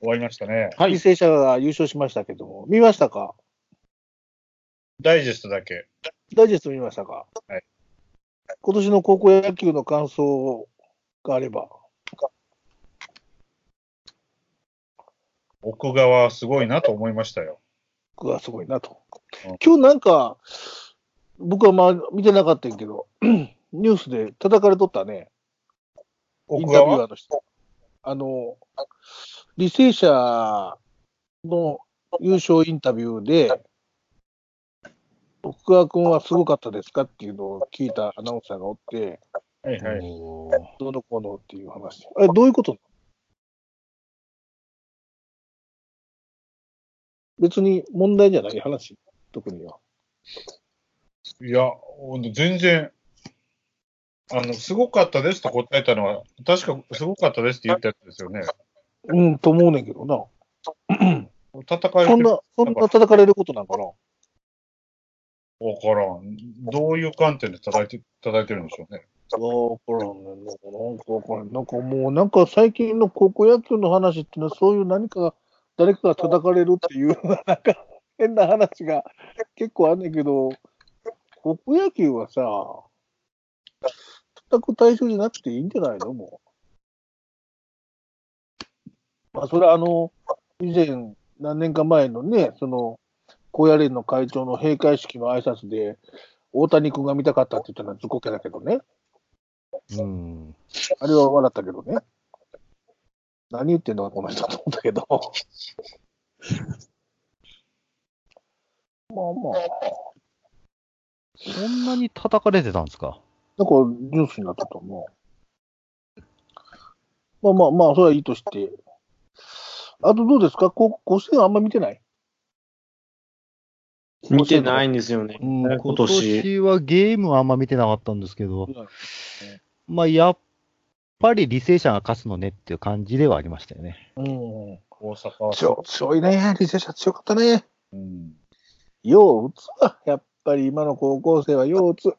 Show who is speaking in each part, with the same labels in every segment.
Speaker 1: 終わりましたね。
Speaker 2: はい
Speaker 3: 履。正社が優勝しましたけども、見ましたか
Speaker 1: ダイジェストだけ。
Speaker 3: ダイジェスト見ましたか
Speaker 1: はい。
Speaker 3: 今年の高校野球の感想があれば。
Speaker 1: 奥側すごいなと思いましたよ。
Speaker 3: 僕はすごいなと
Speaker 1: うん。
Speaker 3: 今日なんか、僕はまあ見てなかったんやけど、 ニュースで叩かれとったね、イン
Speaker 1: 奥
Speaker 3: タビュ
Speaker 1: 側
Speaker 3: アーの人。あの、履正社の優勝インタビューで、奥川君はすごかったですかっていうのを聞いたアナウンサーがおって、
Speaker 1: はいはい。
Speaker 2: お
Speaker 3: どうのこうのっていう話。あれ、どういうこと別に問題じゃない話、特には。
Speaker 1: いや、全然、あの、すごかったですと答えたのは、確かすごかったですって言ったやつですよね。
Speaker 3: うん、と思うねんけどな。
Speaker 1: 叩かれ
Speaker 3: そ
Speaker 1: て
Speaker 3: ん
Speaker 1: る
Speaker 3: な、そんな叩かれることなんかな。
Speaker 1: わからん。どういう観点で叩いて、叩いてるんでしょうね。
Speaker 3: わからんねんな。なんかわからん。なんかもう、なんか最近の高校野球の話っていうのは、そういう何かが、 誰かが叩かれるっていう、なんか変な話が結構あんねんけど、高校野球はさ、叩く対象じゃなくていいんじゃないのもう。まあ、それはあの、以前、何年か前のね、その、高野連の会長の閉会式の挨拶で、大谷君が見たかったって言ったのはずこけだけどね。
Speaker 2: うん。
Speaker 3: あれは笑ったけどね。何言ってんのかこの人と思ったけど。 まあまあ、
Speaker 2: そんなに叩かれてたんですか
Speaker 3: なんかニュースになったと思う。まあまあまあ、それはいいとして。あとどうですかこ甲子園あんま見てない
Speaker 4: 見てないんですよね。
Speaker 3: うん。
Speaker 4: 今
Speaker 2: 今
Speaker 4: 年。
Speaker 2: 年はゲームはあんま見てなかったんですけど
Speaker 3: うん、
Speaker 2: まあ、やっぱり履正社が勝つのねっていう感じではありましたよね。
Speaker 3: うん、
Speaker 1: 大阪は。
Speaker 3: 強強いね。履正社強かったね。
Speaker 1: うん。
Speaker 3: よう打つわ。やっぱり今の高校生はよう打つ。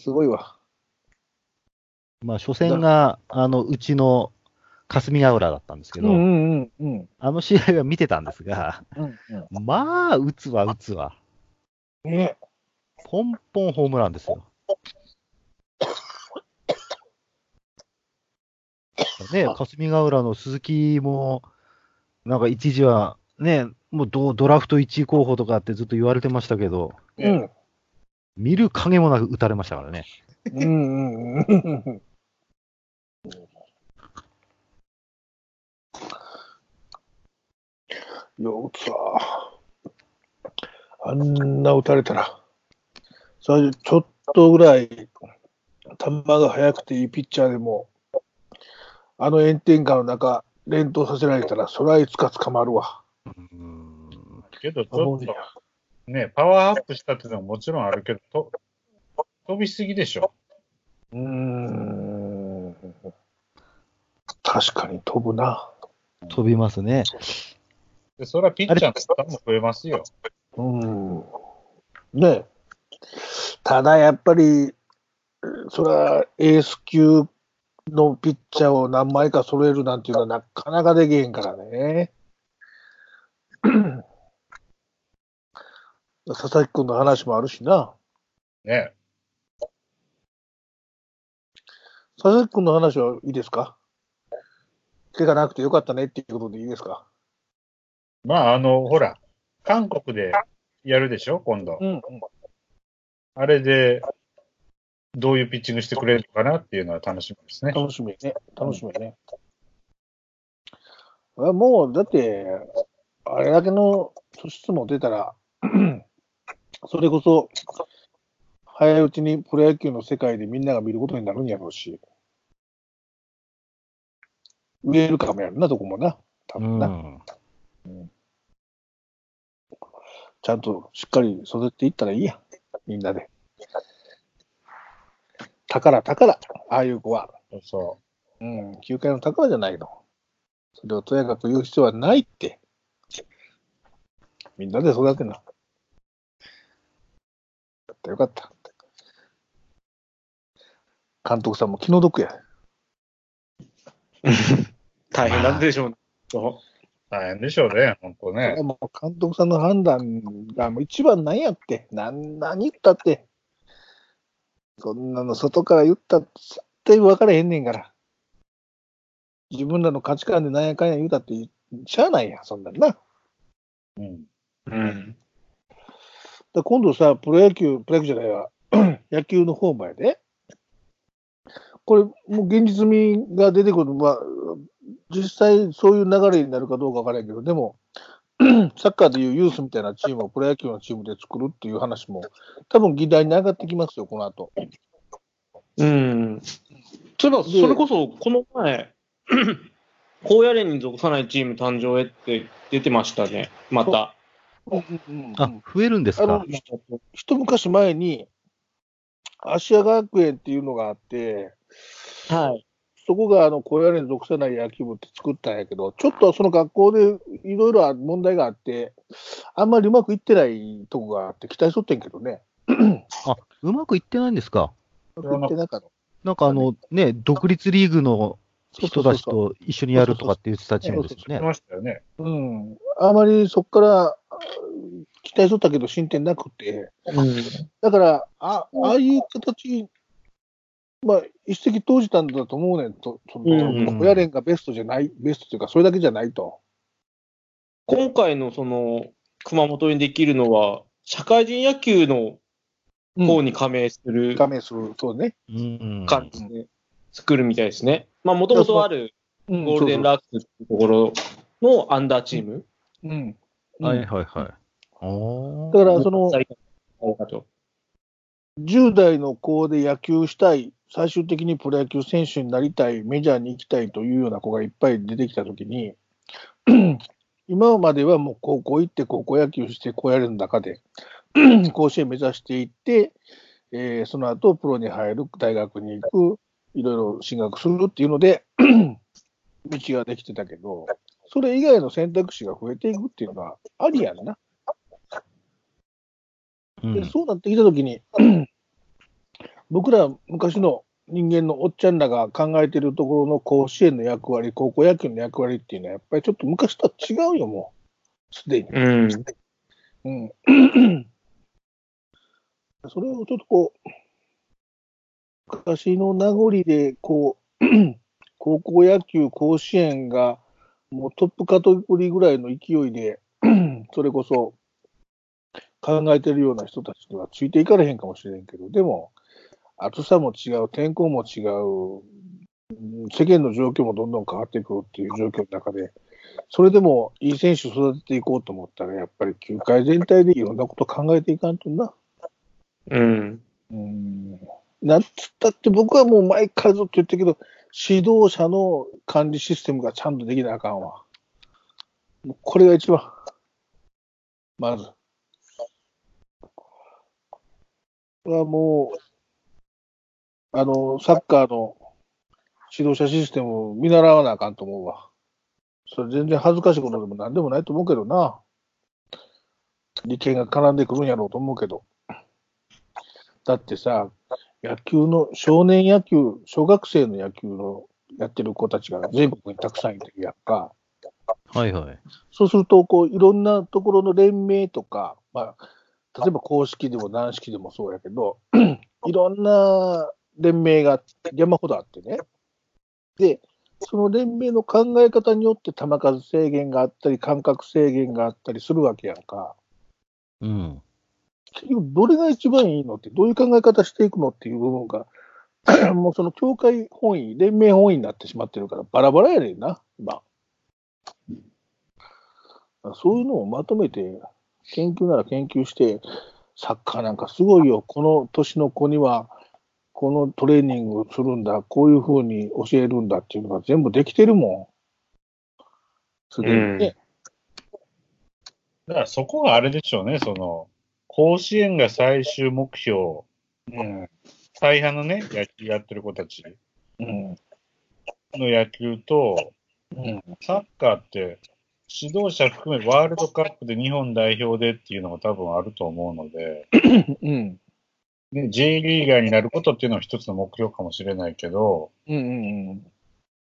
Speaker 3: すごいわ。
Speaker 2: まあ、初戦が、あの、うちの霞ヶ浦だったんですけ
Speaker 3: うん
Speaker 2: ど、
Speaker 3: うんうんうん。
Speaker 2: あの試合は見てたんですが、
Speaker 3: うんうん
Speaker 2: まあ、打つわ、打つわ。
Speaker 3: ね
Speaker 2: ポンポンホームランですよ。ね、霞ヶ浦の鈴木も、なんか一時は、ね、もうドドラフト1位候補とかってずっと言われてましたけど、
Speaker 3: うん。
Speaker 2: 見る影もなく打たれましたからね。
Speaker 3: うんうんうん。よう打つわ。あんな打たれたら、最初ちょっとぐらい球が速くていいピッチャーでも、あの炎天下の中、連投させられたら、そりゃいつか捕まるわ。
Speaker 1: けど、ちょっと、ね、パワーアップしたっていうのはもちろんあるけど、と飛びすぎでしょ。
Speaker 3: うーん。確かに飛ぶな。
Speaker 2: 飛びますね。
Speaker 1: でそれはピッチャーの負担も増えますよ。
Speaker 3: うん。ねえただやっぱり、えーそれはエース級のピッチャーを何枚か揃えるなんていうのはなかなかできへんからね。 佐々木君の話もあるしな。
Speaker 1: ね。
Speaker 3: 佐々木君の話はいいですか怪我なくてよかったねっていうことでいいですか
Speaker 1: まあ、あの、ほら、韓国でやるでしょ、今度。
Speaker 3: ん。
Speaker 1: あれで、どういうピッチングしてくれるのかなっていうのは楽しみですね。
Speaker 3: 楽しみね。楽しみね。あもう、だって、あれだけの素質も出たら、 それこそ、早いうちにプロ野球の世界でみんなが見ることになるんやろうし、ウェルカムやるな、どこもな。多
Speaker 2: う
Speaker 3: 分な、
Speaker 2: ん。
Speaker 3: ちゃんとしっかり育てていったらいいや。みんなで。宝、宝。ああいう子は。
Speaker 1: そうそ
Speaker 3: うん、球界の宝じゃないの。それをとやかく言う必要はないって。みんなで育てな。よかったよかった。監督さんも気の毒や。
Speaker 4: 大変なんでしょうね。
Speaker 1: 大変でしょうね、本当ね。
Speaker 3: もう監督さんの判断がもう一番なんやって、なん何言ったって、そんなの外から言ったって絶対分からへんねんから。自分らの価値観でなんやかんや言うたって、しゃあないやん、そんなんな。だか
Speaker 1: うん。
Speaker 4: うん。
Speaker 3: ら今度さ、プロ野球、プロ野球じゃないわ、 野球の方までね、これ、もう現実味が出てくる、まあ、実際そういう流れになるかどうか分からへんけど、でも、 サッカーでいうユースみたいなチームをプロ野球のチームで作るっていう話も、多分議題に上がってきますよ、この後。
Speaker 4: うん。そういえば、
Speaker 3: で
Speaker 4: それこそ、この前、 高野連に属さないチーム誕生へって出てましたね、また。
Speaker 2: あ、増えるんです
Speaker 3: あの
Speaker 2: か
Speaker 3: ひ一昔前に、芦屋学園っていうのがあって、
Speaker 4: はい。
Speaker 3: そこがあの高野連属さない野球部って作ったんやけど、ちょっとその学校でいろいろ問題があって、あんまりうまくいってないとこがあって、期待しとってんけどね、
Speaker 2: あ、うまくいってないんですか
Speaker 3: うまくいってなかった。
Speaker 2: なんかあの、ね、独立リーグの人たち
Speaker 3: そうそう
Speaker 2: と一緒にやるとかって言ってたチームです
Speaker 1: 言
Speaker 2: よ
Speaker 1: って
Speaker 2: ね。
Speaker 1: ましたよね。
Speaker 3: そううん、あまりそこからうん期待しとったけど、進展なくて、だから、あああいう形、まあ、一石投じたんだと思うねんと、その
Speaker 4: うん
Speaker 3: 親連がベストじゃない、ベストというか、それだけじゃないと。
Speaker 4: 今回のその、熊本にできるのは、社会人野球の方に加盟する
Speaker 3: 加盟するとね。
Speaker 2: うん。
Speaker 4: 感じで作るみたいですね。まあ、もともとあるゴールデンラックっていうところのアンダーチーム。
Speaker 3: そうそううん。
Speaker 2: は
Speaker 3: う
Speaker 2: い
Speaker 3: ん
Speaker 2: はいはい。お
Speaker 3: だか
Speaker 2: ー
Speaker 3: ら、その、
Speaker 4: かと。
Speaker 3: 10代の子で野球したい、最終的にプロ野球選手になりたい、メジャーに行きたいというような子がいっぱい出てきたときに、 今まではもう高校行って、高校野球して、高野連の中で、 甲子園目指していって、えーその後プロに入る、大学に行く、いろいろ進学するっていうので、 道ができてたけど、それ以外の選択肢が増えていくっていうのはありやんな。
Speaker 2: うん
Speaker 3: でそうなってきたときに、 僕ら昔の人間のおっちゃんらが考えてるところの甲子園の役割、高校野球の役割っていうのは、やっぱりちょっと昔とは違うよ、もう、すでに。
Speaker 4: うん。
Speaker 3: うん、それをちょっとこう、昔の名残で、こう、 高校野球、甲子園が、もうトップカトリぐらいの勢いで、 それこそ、考えてるような人たちにはついていかれへんかもしれんけど、でも、暑さも違う、天候も違う、うん世間の状況もどんどん変わってくるっていう状況の中で、それでもいい選手育てていこうと思ったら、やっぱり球界全体でいろんなこと考えていかんとな。
Speaker 4: うん。
Speaker 3: うん。なんつったって僕はもう前からずっと言ってるけど、指導者の管理システムがちゃんとできなあかんわ。もうこれが一番。まず。これはもう、あの、サッカーの指導者システムを見習わなあかんと思うわ。それ全然恥ずかしいことでも何でもないと思うけどな。利権が絡んでくるんやろうと思うけど。だってさ、野球の、少年野球、小学生の野球のやってる子たちが全国にたくさんいてるやんか。
Speaker 2: はいはい。
Speaker 3: そうすると、こう、いろんなところの連盟とか、まあ、例えば公式でも軟式でもそうやけど、いろんな連盟が山ほどあってね。で、その連盟の考え方によって球数制限があったり、間隔制限があったりするわけやんか。
Speaker 2: うん。
Speaker 3: 結局どれが一番いいのって、どういう考え方していくのっていう部分が、 もうその協会本位、連盟本位になってしまってるから、バラバラやねんな、今。そういうのをまとめて、研究なら研究して、サッカーなんかすごいよ、この年の子には、このトレーニングをするんだ、こういうふうに教えるんだっていうのが全部できてるもん。すでにね。
Speaker 1: だからそこがあれでしょうね、その、甲子園が最終目標、
Speaker 3: うん。
Speaker 1: 大半のね、野球やってる子たち
Speaker 3: うん。
Speaker 1: の野球と、
Speaker 3: うん。
Speaker 1: サッカーって、指導者含めワールドカップで日本代表でっていうのが多分あると思うので、
Speaker 3: うん。
Speaker 1: ね、J リーガーになることっていうのは一つの目標かもしれないけど、
Speaker 3: うん。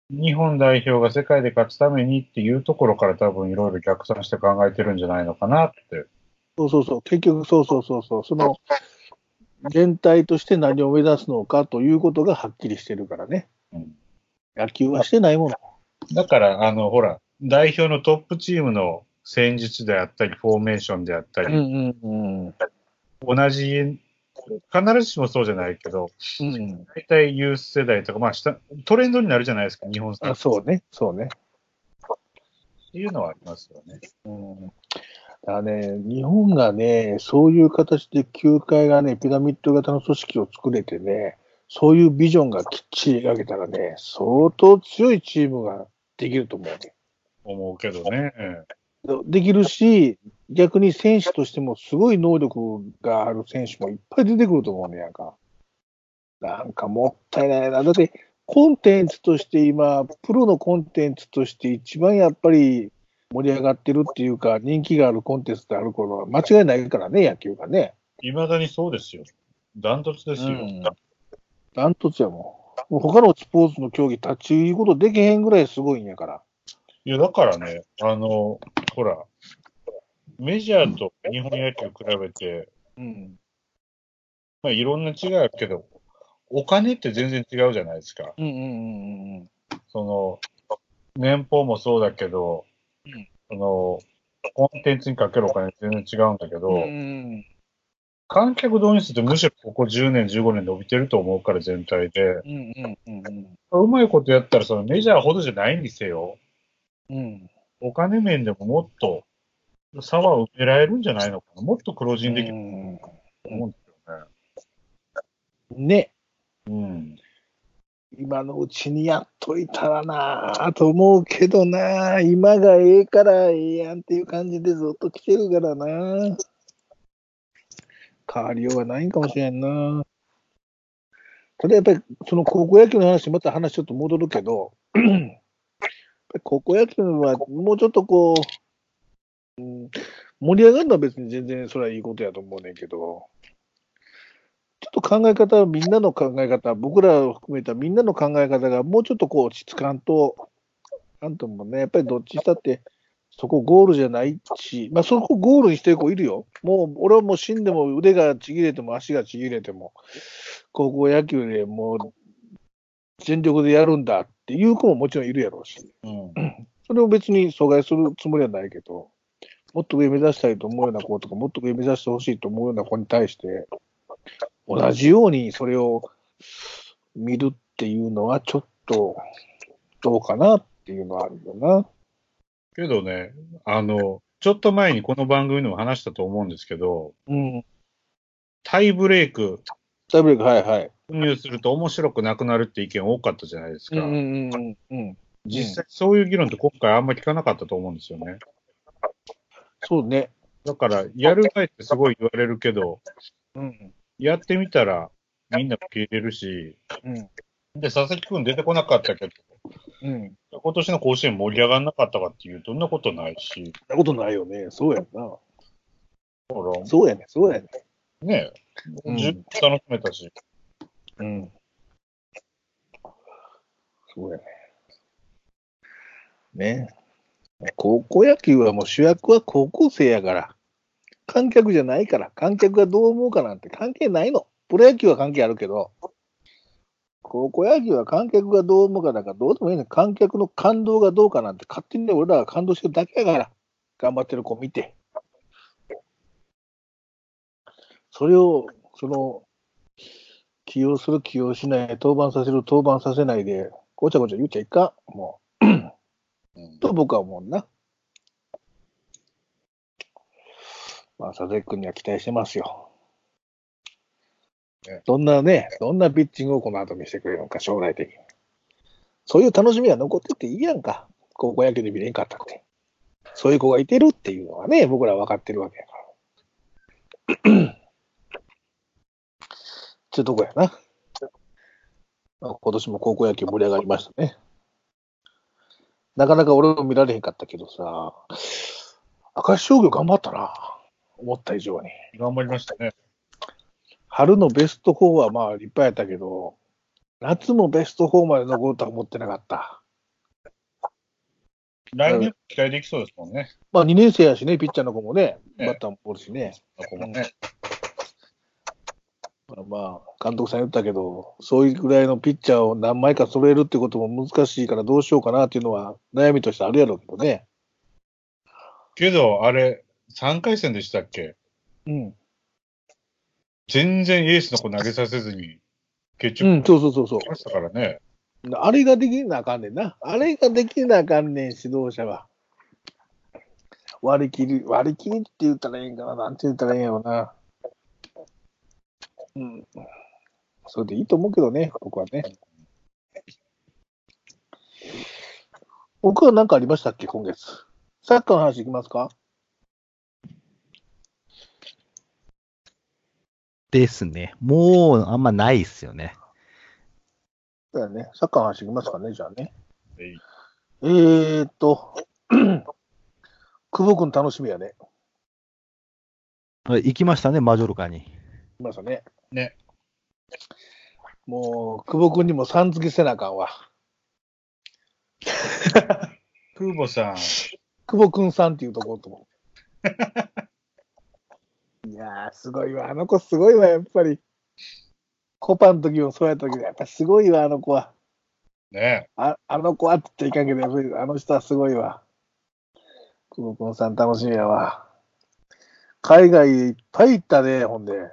Speaker 3: うん。
Speaker 1: 日本代表が世界で勝つためにっていうところから多分いろいろ逆算して考えてるんじゃないのかなって。
Speaker 3: そうそうそう、結局そうそうそうそう、その全体として何を目指すのかということがはっきりしてるからね。
Speaker 1: うん
Speaker 3: 野球はしてないもの。
Speaker 1: だから、あの、ほら、代表のトップチームの戦術であったり、フォーメーションであったり、
Speaker 3: んうんうん。
Speaker 1: 同じ、必ずしもそうじゃないけど、
Speaker 3: うん、
Speaker 1: 大体ユース世代とか、まあ下、トレンドになるじゃないですか、日本戦
Speaker 3: あ
Speaker 1: っ
Speaker 3: そうね、そうね。
Speaker 1: ていうのはありますよね。
Speaker 3: うん、だからね、日本がね、そういう形で球界がね、ピラミッド型の組織を作れてね、そういうビジョンがきっちり描けたらね、相当強いチームができると思うね。
Speaker 1: 思うけどね。
Speaker 3: できるし、逆に選手としてもすごい能力がある選手もいっぱい出てくると思うね、なんか。なんかもったいないな。だって、コンテンツとして今、プロのコンテンツとして一番やっぱり盛り上がってるっていうか、人気があるコンテンツである頃は間違いないからね、野球がね。
Speaker 1: いまだにそうですよ。ダントツですよ。
Speaker 3: うんダントツやもん。もう他のスポーツの競技立ち入ることできへんぐらいすごいんやから。
Speaker 1: いや、だからね、あの、ほら、メジャーと日本野球比べて、
Speaker 3: うん。
Speaker 1: まあ、いろんな違いあるけど、お金って全然違うじゃないですか。
Speaker 3: うんうんうん
Speaker 1: その、年俸もそうだけど、
Speaker 3: うん
Speaker 1: その、コンテンツにかけるお金全然違うんだけど、
Speaker 3: うん。
Speaker 1: 観客動員数ってむしろここ10年、15年伸びてると思うから全体で、
Speaker 3: うんうんうんうん。
Speaker 1: うまいことやったらそのメジャーほどじゃないにせよ、
Speaker 3: うん。
Speaker 1: お金面でももっと差は埋められるんじゃないのかな。もっと黒字にできる
Speaker 3: うん
Speaker 1: と思うんですよね。
Speaker 3: ね、
Speaker 1: うん。
Speaker 3: 今のうちにやっといたらなあと思うけどなあ今がええからええやんっていう感じでずっと来てるからなあ変わりようがないんかもしれんなあただやっぱりその高校野球の話また話ちょっと戻るけどやっぱり高校野球はもうちょっとこう、うん、盛り上がるのは別に全然それはいいことやと思うねんけどちょっと考え方、みんなの考え方、僕らを含めたみんなの考え方がもうちょっとこう落ち着かんと、なんともね、やっぱりどっちしたって、そこゴールじゃないし、まあそこゴールにしてる子いるよ。もう、俺はもう死んでも腕がちぎれても足がちぎれても、高校野球でもう全力でやるんだっていう子ももちろんいるやろうし、
Speaker 1: うん。
Speaker 3: それを別に阻害するつもりはないけど、もっと上目指したいと思うような子とか、もっと上目指してほしいと思うような子に対して、同じようにそれを見るっていうのはちょっとどうかなっていうのはあるよな。
Speaker 1: けどね、あの、ちょっと前にこの番組でも話したと思うんですけど、
Speaker 3: うん。
Speaker 1: タイブレイク、
Speaker 3: タイブレイク、はいはい。
Speaker 1: 入すると面白くなくなるって意見多かったじゃないですか。
Speaker 3: んうんうん。
Speaker 1: 実際そういう議論って今回あんまり聞かなかったと思うんですよね。
Speaker 3: そうね。
Speaker 1: だから、やる前ってすごい言われるけど、
Speaker 3: うん。
Speaker 1: やってみたらみんな受け入れるし、
Speaker 3: うん。
Speaker 1: で、佐々木くん出てこなかったけ
Speaker 3: うん。
Speaker 1: ど、今年の甲子園盛り上がんなかったかっていう、そんなことないし、
Speaker 3: そんなことないよね。そうやんな。
Speaker 1: ほら、
Speaker 3: そうやね。そうやね。
Speaker 1: ね、
Speaker 3: うん
Speaker 1: 十分楽しめたし、
Speaker 3: うん。そうやね。ね高校野球はもう主役は高校生やから。観客じゃないから。観客がどう思うかなんて関係ないの。プロ野球は関係あるけど、高校野球は観客がどう思うかなんかどうでもいいの。観客の感動がどうかなんて勝手に俺らが感動してるだけやから。頑張ってる子見て。それを、その、起用する、起用しない、登板させる、登板させないで、ごちゃごちゃ言っちゃいかん、も
Speaker 1: う
Speaker 3: う。
Speaker 1: ん
Speaker 3: と僕は思うな。まあ、佐々木君には期待してますよ
Speaker 1: ね。
Speaker 3: どんなね、どんなピッチングをこの後見せてくれるのか、将来的に。そういう楽しみが残ってていいやんか。高校野球で見れんかったって。そういう子がいてるっていうのはね、僕らは分かってるわけやから。ちゅうとこやな。まあ今年も高校野球盛り上がりましたね。なかなか俺も見られへんかったけどさ、明石商業頑張ったな。思った以上に。
Speaker 1: 頑張りましたね。
Speaker 3: 春のベスト4はまあ立派やったけど、夏もベスト4まで残るとは思ってなかった。
Speaker 1: 来年期待できそうですもんね。
Speaker 3: まあ2年生やしね、ピッチャーの子もね、
Speaker 1: ええ
Speaker 3: バッターもおるしね。
Speaker 1: ここね。
Speaker 3: まあまあ、監督さん言ったけど、そういうぐらいのピッチャーを何枚か揃えるってことも難しいからどうしようかなっていうのは悩みとしてあるやろうけどね。
Speaker 1: けど、あれ、3回戦でしたっけ
Speaker 3: うん。
Speaker 1: 全然エースの子投げさせずに、結
Speaker 3: うん、
Speaker 1: 局、
Speaker 3: そうそうそうそう
Speaker 1: 来。ましたからね。
Speaker 3: あれができなあかんねんな。あれができなあかんねん、指導者は。割り切り、割り切りって言ったらええんかな。なんて言ったらええんやろな。うん。それでいいと思うけどね、僕はね。僕は何かありましたっけ、今月。サッカーの話いきますか
Speaker 2: ですね。もう、あんまないっすよね。
Speaker 3: だよね。サッカーの話いきますかね、じゃあね。
Speaker 1: はい
Speaker 3: えーっと、 久保君楽しみやね。
Speaker 2: 行きましたね、マジョルカに。
Speaker 3: いましたね。
Speaker 1: ね。
Speaker 3: もう、久保君にもさん付けせなあかんわ。
Speaker 1: 空母さん、
Speaker 3: 久保君さんっていうところと思う。いやー、すごいわ。あの子すごいわ、やっぱり。コパの時もそうやったけど、やっぱすごいわ、あの子は。
Speaker 1: ね
Speaker 3: ああの子はって言っちゃいかんけど、やっぱりあの人はすごいわ。久保君さん楽しみやわ。海外いっぱい行ったね、ほんで。いっ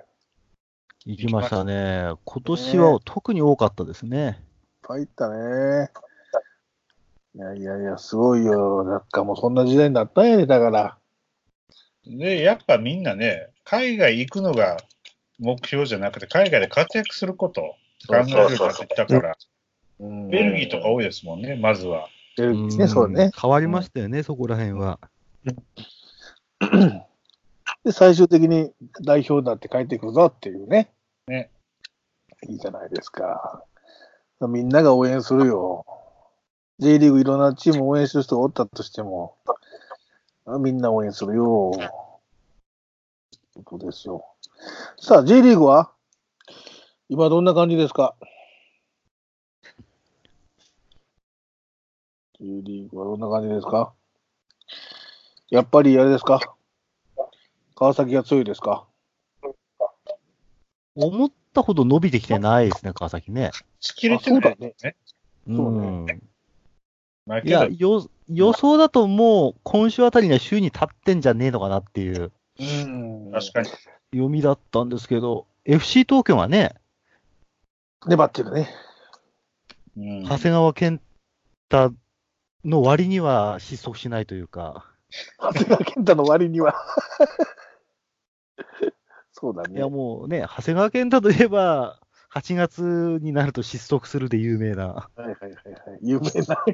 Speaker 2: 行きましたね。今年は特に多かったですね。
Speaker 3: ぱい行ったね。いやいやいや、すごいよ。なんかもうそんな時代になったんやね、だから。
Speaker 1: で、やっぱみんなね、海外行くのが目標じゃなくて、海外で活躍することを考えるようになってきたから、ベルギーとか多いですもんね、まずは。
Speaker 3: ベルギーね、
Speaker 2: ん
Speaker 3: そうね。
Speaker 2: 変わりましたよね、そこら辺は。
Speaker 3: で、最終的に代表になって帰ってくるぞっていうね。
Speaker 1: ね。
Speaker 3: いいじゃないですか。みんなが応援するよ。J リーグいろんなチーム応援してる人がおったとしても、みんな応援するよ。ことですよ。さあ、J リーグは今どんな感じですか ?J リーグはどんな感じですかやっぱりあれですか川崎が強いですか
Speaker 2: 思ったほど伸びてきてないですね、川崎ね。
Speaker 1: 仕切れてない
Speaker 3: あそうだね
Speaker 1: ね。
Speaker 2: うん。
Speaker 1: まあ
Speaker 2: い
Speaker 1: け
Speaker 2: や
Speaker 1: ど、
Speaker 2: よ、予想だともう今週あたりには週に立ってんじゃねえのかなっていう
Speaker 3: うん
Speaker 1: 確かに。
Speaker 2: 読みだったんですけど、FC 東京はね、
Speaker 3: 粘ってるね。
Speaker 1: うん
Speaker 2: 長谷川健太の割には失速しないというか、
Speaker 3: 長谷川健太の割には。 そうだ
Speaker 2: いや
Speaker 3: ね。
Speaker 2: もうね、長谷川健太といえば、8月になると失速するで有名な。
Speaker 3: はいはいはいはい。有名な。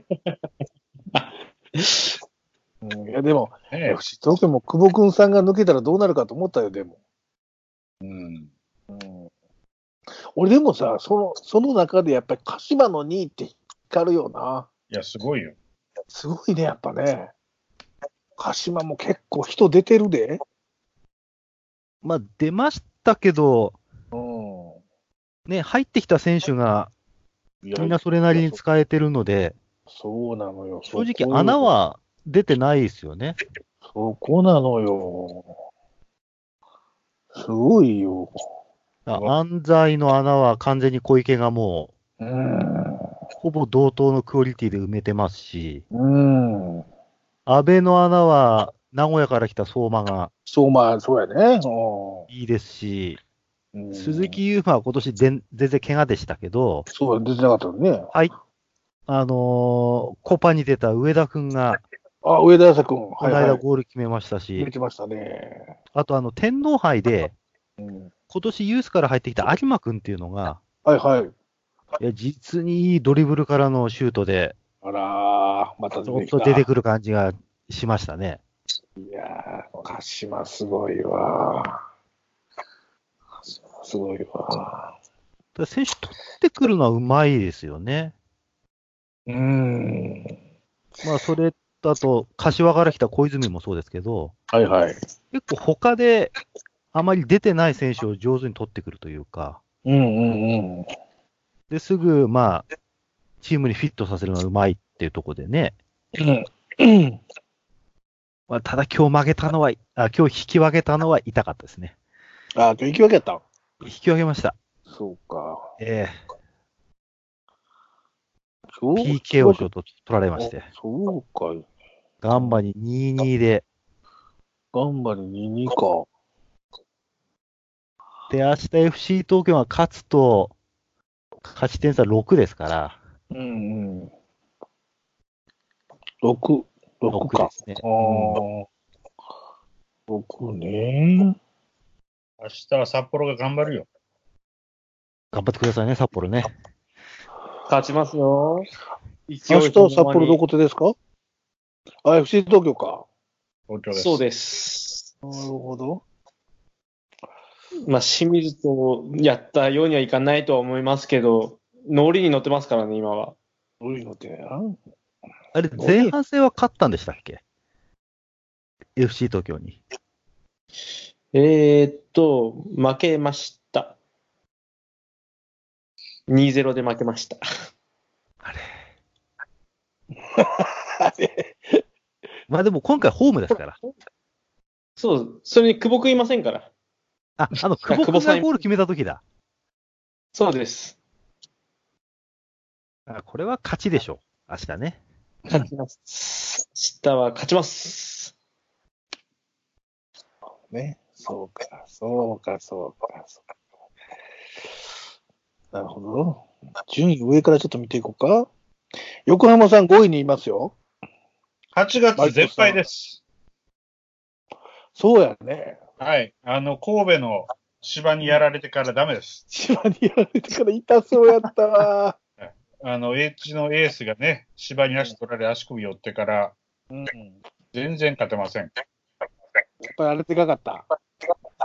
Speaker 3: うん、いやでも、
Speaker 1: ね
Speaker 3: FC 東京も久保君さんが抜けたらどうなるかと思ったよ、でも。
Speaker 1: うん。
Speaker 3: うん、俺でもさその、その中でやっぱり鹿島の2位って光るよな。
Speaker 1: いや、すごいよ。
Speaker 3: すごいね、やっぱね。鹿島も結構人出てるで。
Speaker 2: まあ出ましたけど、
Speaker 3: うん。
Speaker 2: ね、入ってきた選手が
Speaker 3: いや
Speaker 2: みんなそれなりに使えてるので、
Speaker 3: そうなのよ。
Speaker 2: 正
Speaker 3: そ
Speaker 2: 直
Speaker 3: こよ
Speaker 2: 穴。は出てないですよね。
Speaker 3: そこなのよ。すごいよ。
Speaker 2: だから安西の穴は完全に小池がもう、
Speaker 3: うー
Speaker 2: ほぼ同等のクオリティで埋めてますし、
Speaker 3: ん。うん。
Speaker 2: 安倍の穴は名古屋から来た相馬が
Speaker 3: そう、まあ、そうやね。う
Speaker 2: いいですし、
Speaker 3: んうん
Speaker 2: 鈴。木優馬は今年全全然怪我でしたけど、
Speaker 3: そうだ、出てなかったのね。
Speaker 2: あのーコパに出た上田君が、
Speaker 3: あ、上田朝君。
Speaker 2: こ
Speaker 3: はい
Speaker 2: の
Speaker 3: は
Speaker 2: 間
Speaker 3: い。
Speaker 2: ゴール決めましたし、
Speaker 3: 出てましたね。
Speaker 2: あとあの天皇杯で、
Speaker 3: うん。
Speaker 2: 今年ユースから入ってきた有馬君っていうのが、
Speaker 3: はいはい。
Speaker 2: いや実にいいドリブルからのシュートで、
Speaker 3: あらー、ま
Speaker 2: ち
Speaker 3: た
Speaker 2: ょ
Speaker 3: 出て
Speaker 2: っ
Speaker 3: きた
Speaker 2: と。出てくる感じがしましたね。
Speaker 3: いやー、鹿島すごいわ。鹿島すごいわ。
Speaker 2: ただ選手取ってくるのはうまいですよね。
Speaker 3: うん。
Speaker 2: まあ、それだと、柏から来た小泉もそうですけど、
Speaker 3: はいはい。
Speaker 2: 結構他であまり出てない選手を上手に取ってくるというか、
Speaker 3: うんうんうん。
Speaker 2: ですぐ、まあ、チームにフィットさせるのがうまいっていうところでね、
Speaker 3: うん
Speaker 2: まあ、ただ今日負けたのは、あ、今日引き分けたのは痛かったですね。
Speaker 3: ああ、今日行き分けやったん
Speaker 2: 引き分けました。
Speaker 3: そうか。
Speaker 2: え
Speaker 3: そう
Speaker 2: え PK をちょっと取られまして。
Speaker 3: そうか。
Speaker 2: ガンバに2-2で、
Speaker 3: ガンバに2-2か。
Speaker 2: で、明日 FC 東京が勝つと、勝ち点差6ですから、
Speaker 3: うんうん。6、6
Speaker 2: 6
Speaker 3: か
Speaker 2: で。すね。
Speaker 3: ああ。6ね。
Speaker 1: 明日は札幌が頑張るよ。
Speaker 2: 頑張ってくださいね、札幌ね。
Speaker 4: 勝ちますよ。一
Speaker 3: 明日札幌どこ手ですかあ、FC 東京か。
Speaker 1: 東京です。
Speaker 4: そうです。
Speaker 3: なるほど。
Speaker 4: まあ、清水とやったようにはいかないとは思いますけど、ノリに乗ってますからね、今は。
Speaker 3: どういうので
Speaker 2: あれ、前半戦は勝ったんでしたっけ ?FC 東京に。
Speaker 4: えーっと、負けました。2-0で負けました。
Speaker 2: あれ。
Speaker 3: あれ
Speaker 2: まあでも今回ホームですから。
Speaker 4: そう、それに久保くんいませんから。
Speaker 2: あ、あの、 久保君がゴール決めた時だ。
Speaker 4: そうです。
Speaker 2: あこれは勝ちでしょう。明日ね。
Speaker 4: 勝ちます。明日は勝ちます。
Speaker 3: ね。そうか、そうか、そうか、そうか。なるほど。順位上からちょっと見ていこうか。横浜さん5位にいますよ。
Speaker 1: 8月絶敗です。
Speaker 3: そうやね。
Speaker 1: はい。あの、神戸の芝にやられてからダメです。
Speaker 3: 千葉にやられてから痛そうやった わ。
Speaker 1: あの、エッジのエースがね、芝に足取られ足首寄ってから、
Speaker 3: うん。や
Speaker 1: 全然勝てません。
Speaker 3: っぱりあれでかかった。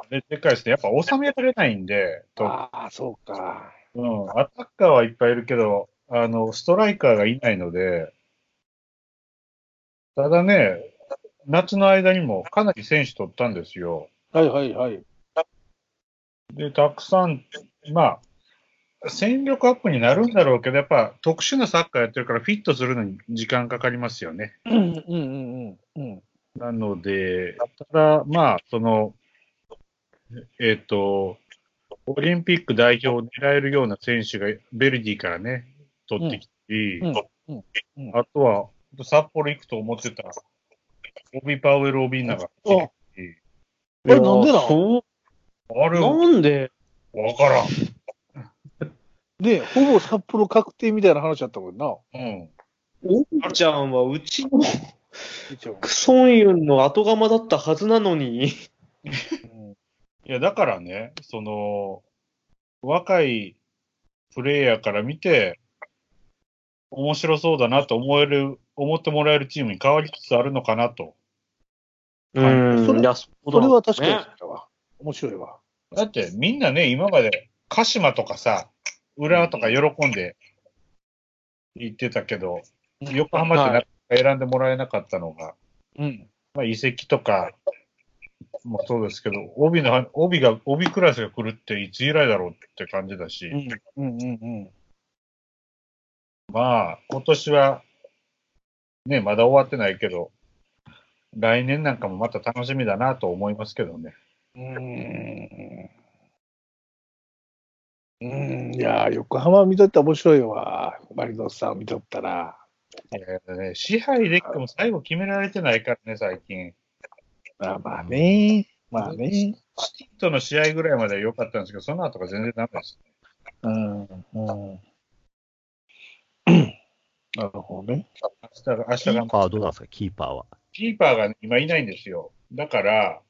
Speaker 1: で、でっかいですね。やっぱ収められないんで、と
Speaker 3: ああ、そうか。
Speaker 1: うん。アタッカーはいっぱいいるけど、あの、ストライカーがいないので、ただね、夏の間にもかなり選手取ったんですよ。
Speaker 3: はいはいはい。
Speaker 1: で、たくさん、まあ、戦力アップになるんだろうけど、やっぱ特殊なサッカーやってるから、フィットするのに時間かかりますよね。
Speaker 3: うんうんうんうんうん。
Speaker 1: なので、ただ、まあ、その、えっ、と、オリンピック代表を狙えるような選手が、ベルディからね、取ってきて、
Speaker 3: うんうんうん
Speaker 1: あとは、札幌行くと思ってた、オビ・パウエル・オビンナが、
Speaker 3: あ、あれなんで
Speaker 4: いや
Speaker 3: なん
Speaker 4: そ
Speaker 1: あ
Speaker 4: う
Speaker 1: れ、わ
Speaker 4: なんで
Speaker 1: からん。
Speaker 3: で、ほぼ札幌確定みたいな話だったもんな。
Speaker 1: うん。
Speaker 4: おんちゃんはうちの
Speaker 3: 一応
Speaker 4: クソンユンの後釜だったはずなのに。
Speaker 3: うん
Speaker 1: いや、だからね、その、若いプレイヤーから見て、面白そうだなと思える、思ってもらえるチームに変わりつつあるのかなと。
Speaker 4: うん
Speaker 3: それ
Speaker 4: いやそ
Speaker 3: それは確かに
Speaker 4: うだね
Speaker 3: そうだわ。面白いわ。
Speaker 1: だってみんなね、今まで鹿島とかさ、浦和とか喜んで行ってたけど、横浜ってなかなか選んでもらえなかったのが、
Speaker 3: うん。
Speaker 1: まあ移籍とかもそうですけど、帯の、帯が、帯クラスが来るっていつ以来だろうって感じだし、
Speaker 3: うんうんうんうん。
Speaker 1: まあ、今年は、ね、まだ終わってないけど、来年なんかもまた楽しみだなと思いますけどね。
Speaker 3: うーん。うん、いやー、横浜見とったら面白いわ。マリノスさん見とったら。
Speaker 1: えーね支配できても最後決められてないからね、最近。
Speaker 3: まあまあね。まあね。
Speaker 1: シティとの試合ぐらいまでは良かったんですけど、その後が全然ダメです。
Speaker 3: うん。うん。 なるほどね。
Speaker 1: 明日が、明日
Speaker 2: キー
Speaker 1: が、
Speaker 2: パーはどうなんですか、キーパーは。
Speaker 1: キーパーが、今いないんですよ。だから、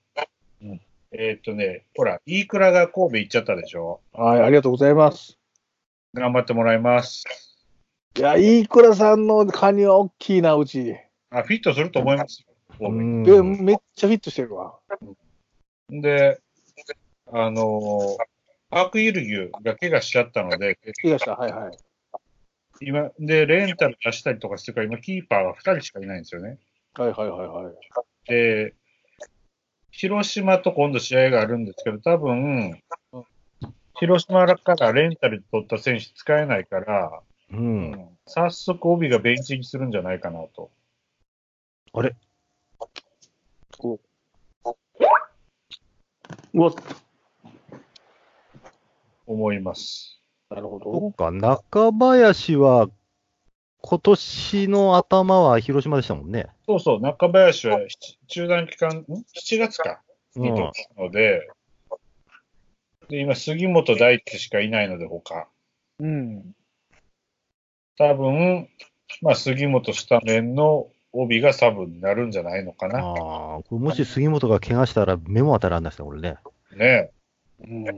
Speaker 3: うん
Speaker 1: えーっとね、ほら、飯倉が神戸行っちゃったでしょ。
Speaker 3: はい、ありがとうございます。
Speaker 1: 頑張ってもらいます。
Speaker 3: いや、飯倉さんのカニは大きいな、うち。
Speaker 1: あ、フィットすると思いますよ。神戸
Speaker 2: ん
Speaker 3: で、めっちゃフィットしてるわ。
Speaker 1: で、あのー、アークイル牛が怪我しちゃったので、
Speaker 3: 気がした、はいはい。
Speaker 1: 今、で、レンタル出したりとかしてるから、今、キーパーが2人しかいないんですよね。
Speaker 3: はいはいはいはい。
Speaker 1: で、広島と今度試合があるんですけど、多分、広島からレンタルで取った選手使えないから、
Speaker 2: うん。
Speaker 1: 早速帯がベンチにするんじゃないかなと。
Speaker 2: あれ
Speaker 4: うわ、
Speaker 1: 思います。
Speaker 4: なるほ
Speaker 2: そ
Speaker 4: ど
Speaker 2: っ。か、中林は、今年の頭は広島でしたもんね。
Speaker 1: そうそう、中林は七中断期間、ん ?7 月か。
Speaker 2: う
Speaker 1: にとっ
Speaker 2: ん。
Speaker 1: たので、で、今、杉本大地しかいないので、他。
Speaker 3: うん。
Speaker 1: 多分、まあ、杉本スタメンの帯がサブになるんじゃないのか
Speaker 2: ああ
Speaker 1: な。
Speaker 2: ー、これもし杉本が怪我したら目も当たらんないですね、俺ね。
Speaker 1: ね
Speaker 3: うん。
Speaker 1: え。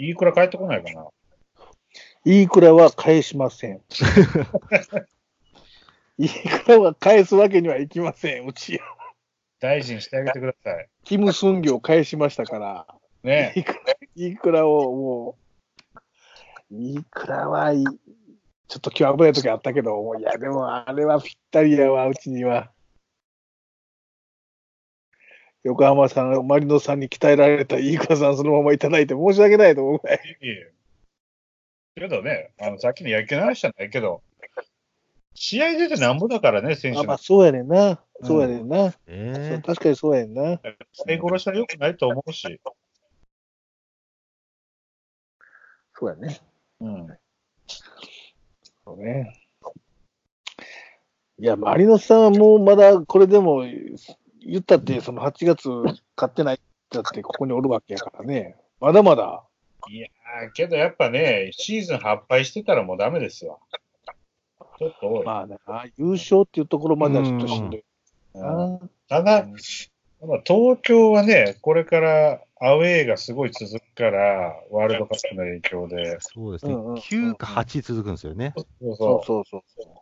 Speaker 1: いいくら帰ってこないかな。
Speaker 3: いいくらは返しません。 いいくらは返すわけにはいきません。うち、
Speaker 1: 大事にしてあげてください。
Speaker 3: キム・スンギョを返しましたから。
Speaker 1: ね
Speaker 3: いくら、いくらをもう、いくらはいい、ちょっと今日危ない時あったけど、もういや、でもあれはぴったりやわ、うちには。横浜さん、マリノさんに鍛えられたいくらさんそのままいただいて申し訳ないと思うぐらい。
Speaker 1: え。いえけどね、あの、さっきの野球の話じゃないけど、試合出てなんぼだからね、選手の。
Speaker 3: そうやねんな。
Speaker 1: そうやね
Speaker 3: んな。
Speaker 2: え
Speaker 3: 確かにそうやねんな。
Speaker 1: 使い殺しは良くないと思うし。
Speaker 3: そうやね。
Speaker 1: うん。
Speaker 3: そうね。いや、マリノさんはもうまだこれでも、言ったって、その8月買ってないって言ったって、ここにおるわけやからね。まだまだ。
Speaker 1: いやー、けどやっぱね、シーズン8敗してたらもうダメですわ。ちょっと多い。
Speaker 3: まあね、あ優勝っていうところまではちょっとしんどいな。
Speaker 1: ただ、まあ東京はね、これからアウェーがすごい続くから、ワールドカップの影響で。
Speaker 2: そうですね。
Speaker 3: うんうんうんうん
Speaker 2: 9か8続くんですよね。
Speaker 1: そう
Speaker 3: そう
Speaker 1: そ。
Speaker 3: そうそうそう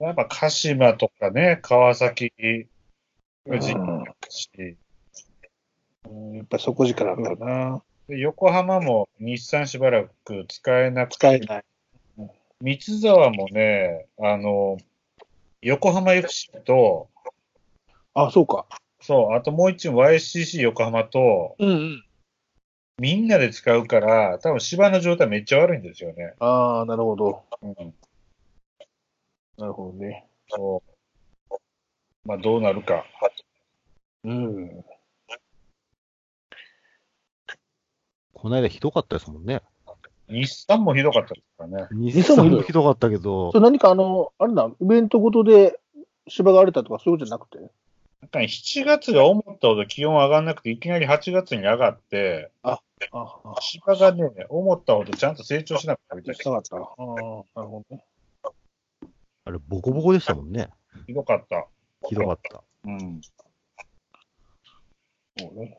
Speaker 1: やっぱ鹿島とかね、川崎、
Speaker 3: う。
Speaker 1: 富士
Speaker 3: うん
Speaker 1: し、
Speaker 3: うんやっぱ底力あるからな。
Speaker 1: で横浜も日産しばらく使えなくて、
Speaker 3: 使えない。
Speaker 1: 三沢もね、あの、横浜 FC と、
Speaker 3: あ、そうか。
Speaker 1: そう、あともう一チーム YCC 横浜と、
Speaker 3: うんうん。
Speaker 1: みんなで使うから、多分芝の状態めっちゃ悪いんですよね。
Speaker 3: ああ、なるほど。
Speaker 1: うん
Speaker 3: なるほどね。
Speaker 1: そう。まあ、どうなるか。
Speaker 3: うん。
Speaker 2: この間ひどかったですもんね。
Speaker 1: 日産もひどかったですからね。
Speaker 2: 日
Speaker 3: 産も
Speaker 2: 産
Speaker 3: ひどい
Speaker 2: もひどかったけど
Speaker 3: そ、れ何かあの、あれだ、イベントごとで芝が荒れたとかそういうことじゃなくて
Speaker 1: なんかね7月が思ったほど気温上がらなくて、いきなり8月に上がって、
Speaker 3: ああ、
Speaker 1: 芝がね、思ったほどちゃんと成長しなかったみたい
Speaker 3: したかった。ああ、なるほどね。
Speaker 2: あれボコボコでしたもんね。
Speaker 1: で、ひどかった。
Speaker 2: ひどかった。
Speaker 1: うん。
Speaker 3: そうね。